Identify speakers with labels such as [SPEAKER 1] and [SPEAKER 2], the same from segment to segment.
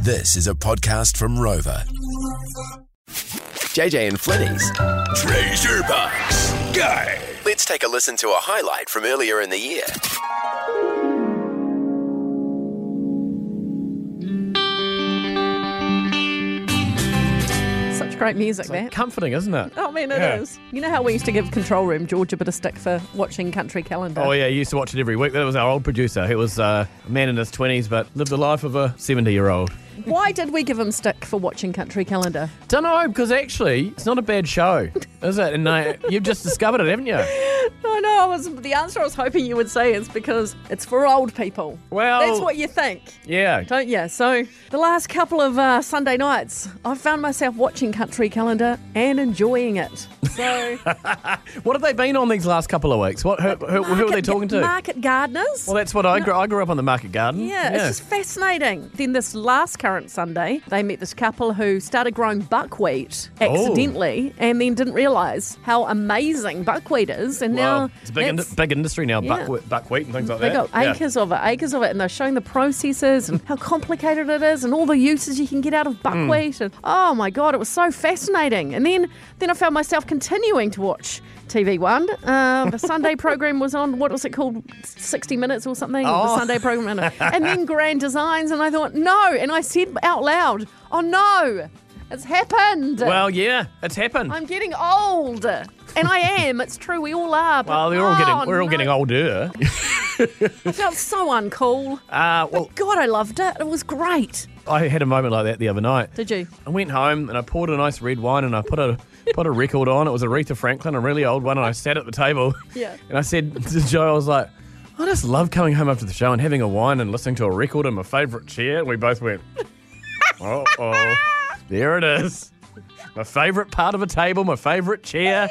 [SPEAKER 1] This is a podcast from Rover. JJ and Flinny's Treasure Box. Go! Let's take a listen to a highlight from earlier in the year.
[SPEAKER 2] Such great music there.
[SPEAKER 3] Comforting, isn't it?
[SPEAKER 2] I mean, it is.
[SPEAKER 3] Yeah.
[SPEAKER 2] You know how we used to give Control Room George a bit of stick for watching Country Calendar?
[SPEAKER 3] Oh yeah, you used to watch it every week. That was our old producer. He was uh, a man in his twenties, but lived the life of a seventy-year-old.
[SPEAKER 2] Why did we give him stick for watching Country Calendar?
[SPEAKER 3] Don't know because actually, it's not a bad show, is it? And uh, you've just discovered it, haven't you?
[SPEAKER 2] No, no, I was, the answer I was hoping you would say is because it's for old people.
[SPEAKER 3] Well-
[SPEAKER 2] that's what you think,
[SPEAKER 3] Yeah.
[SPEAKER 2] don't you? So, the last couple of uh, Sunday nights, I found myself watching Country Calendar and enjoying it. So,
[SPEAKER 3] What have they been on these last couple of weeks? What who, who, who are they
[SPEAKER 2] market-
[SPEAKER 3] talking to?
[SPEAKER 2] Market gardeners.
[SPEAKER 3] well, that's what I grew. I grew up on the Market Garden.
[SPEAKER 2] Yeah, it's just fascinating. Then this last current Sunday, they met this couple who started growing buckwheat
[SPEAKER 3] Oh.
[SPEAKER 2] accidentally and then didn't realise how amazing buckwheat is. And
[SPEAKER 3] Wow.
[SPEAKER 2] now
[SPEAKER 3] it's a big, in-
[SPEAKER 2] that's-
[SPEAKER 3] big industry now.
[SPEAKER 2] Yeah.
[SPEAKER 3] Buckwheat, buckwheat and things like
[SPEAKER 2] they
[SPEAKER 3] that.
[SPEAKER 2] got
[SPEAKER 3] Yeah.
[SPEAKER 2] acres of it, acres of it, and they're showing the processes and how complicated it is, and all the uses you can get out
[SPEAKER 3] Hmm.
[SPEAKER 2] of buckwheat. And oh my god, it was so fascinating. And then, then I found myself continuing to watch TV One. Uh, the Sunday program was on. What was it called? Sixty Minutes or something. The
[SPEAKER 3] Oh.
[SPEAKER 2] Sunday program, and, and then Grand Designs. And I thought no, and I said out loud, oh no, it's happened.
[SPEAKER 3] Well, yeah, it's happened.
[SPEAKER 2] I'm getting old. And I am. It's true. We all are. but-
[SPEAKER 3] well, we're all
[SPEAKER 2] oh,
[SPEAKER 3] getting we're all
[SPEAKER 2] no.
[SPEAKER 3] getting older.
[SPEAKER 2] I felt so uncool.
[SPEAKER 3] Uh, well,
[SPEAKER 2] God, I loved it. It was great.
[SPEAKER 3] I had a moment like that the other night.
[SPEAKER 2] Did you?
[SPEAKER 3] I went home and I poured a nice red wine and I put a put a record on. It was Aretha Franklin, a really old one, and I sat at the table.
[SPEAKER 2] Yeah.
[SPEAKER 3] And I said to Joe, I was like, I just love coming home after the show and having a wine and listening to a record in my favourite chair. And we both went, uh oh, there it is. My favourite part of a table, my favourite chair.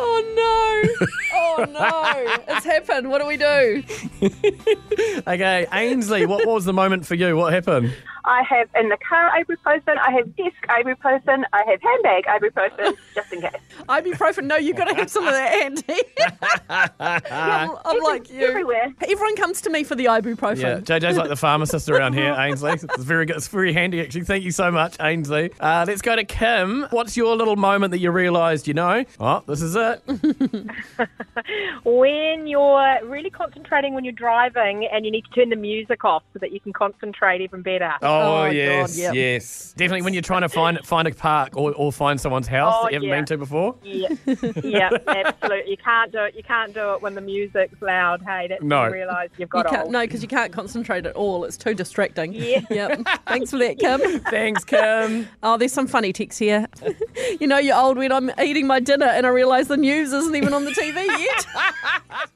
[SPEAKER 2] Oh no! Oh no! It's happened. What do we do?
[SPEAKER 3] Okay, Ainsley, what, what was the moment for you? What happened?
[SPEAKER 4] I have in the car ibuprofen, I have desk ibuprofen, I have handbag ibuprofen, just in case.
[SPEAKER 2] Ibuprofen. No, you've got to have some of that, Andy. I'm, I'm like you.
[SPEAKER 4] Everywhere.
[SPEAKER 2] Everyone comes to me for the ibuprofen.
[SPEAKER 3] Yeah, JJ's like the pharmacist around here, Ainsley. It's very good. It's very handy, actually. Thank you so much, Ainsley. Uh, let's go to Kim. What's your little moment that you realised, you know, oh, this is it?
[SPEAKER 5] when you're really concentrating when you're driving and you need to turn the music off so that you can concentrate even better.
[SPEAKER 2] Oh, yes, God, yep.
[SPEAKER 3] yes. Definitely when you're trying to find find a park or, or find someone's house
[SPEAKER 5] Oh,
[SPEAKER 3] that you haven't
[SPEAKER 5] yeah.
[SPEAKER 3] been to before.
[SPEAKER 5] Yeah, yeah, absolutely. You can't do it. You can't do it when the music's loud. Hey, that's
[SPEAKER 3] No.
[SPEAKER 5] when you realise you've
[SPEAKER 2] You
[SPEAKER 5] got
[SPEAKER 2] can't,
[SPEAKER 5] old.
[SPEAKER 2] no, because you can't concentrate at all. It's too distracting. Yeah. Yep. Thanks for that, Kim.
[SPEAKER 3] Thanks, Kim.
[SPEAKER 2] Oh, there's some funny texts here. you know you're old when I'm eating my dinner and I realise the news isn't even on the TV yet.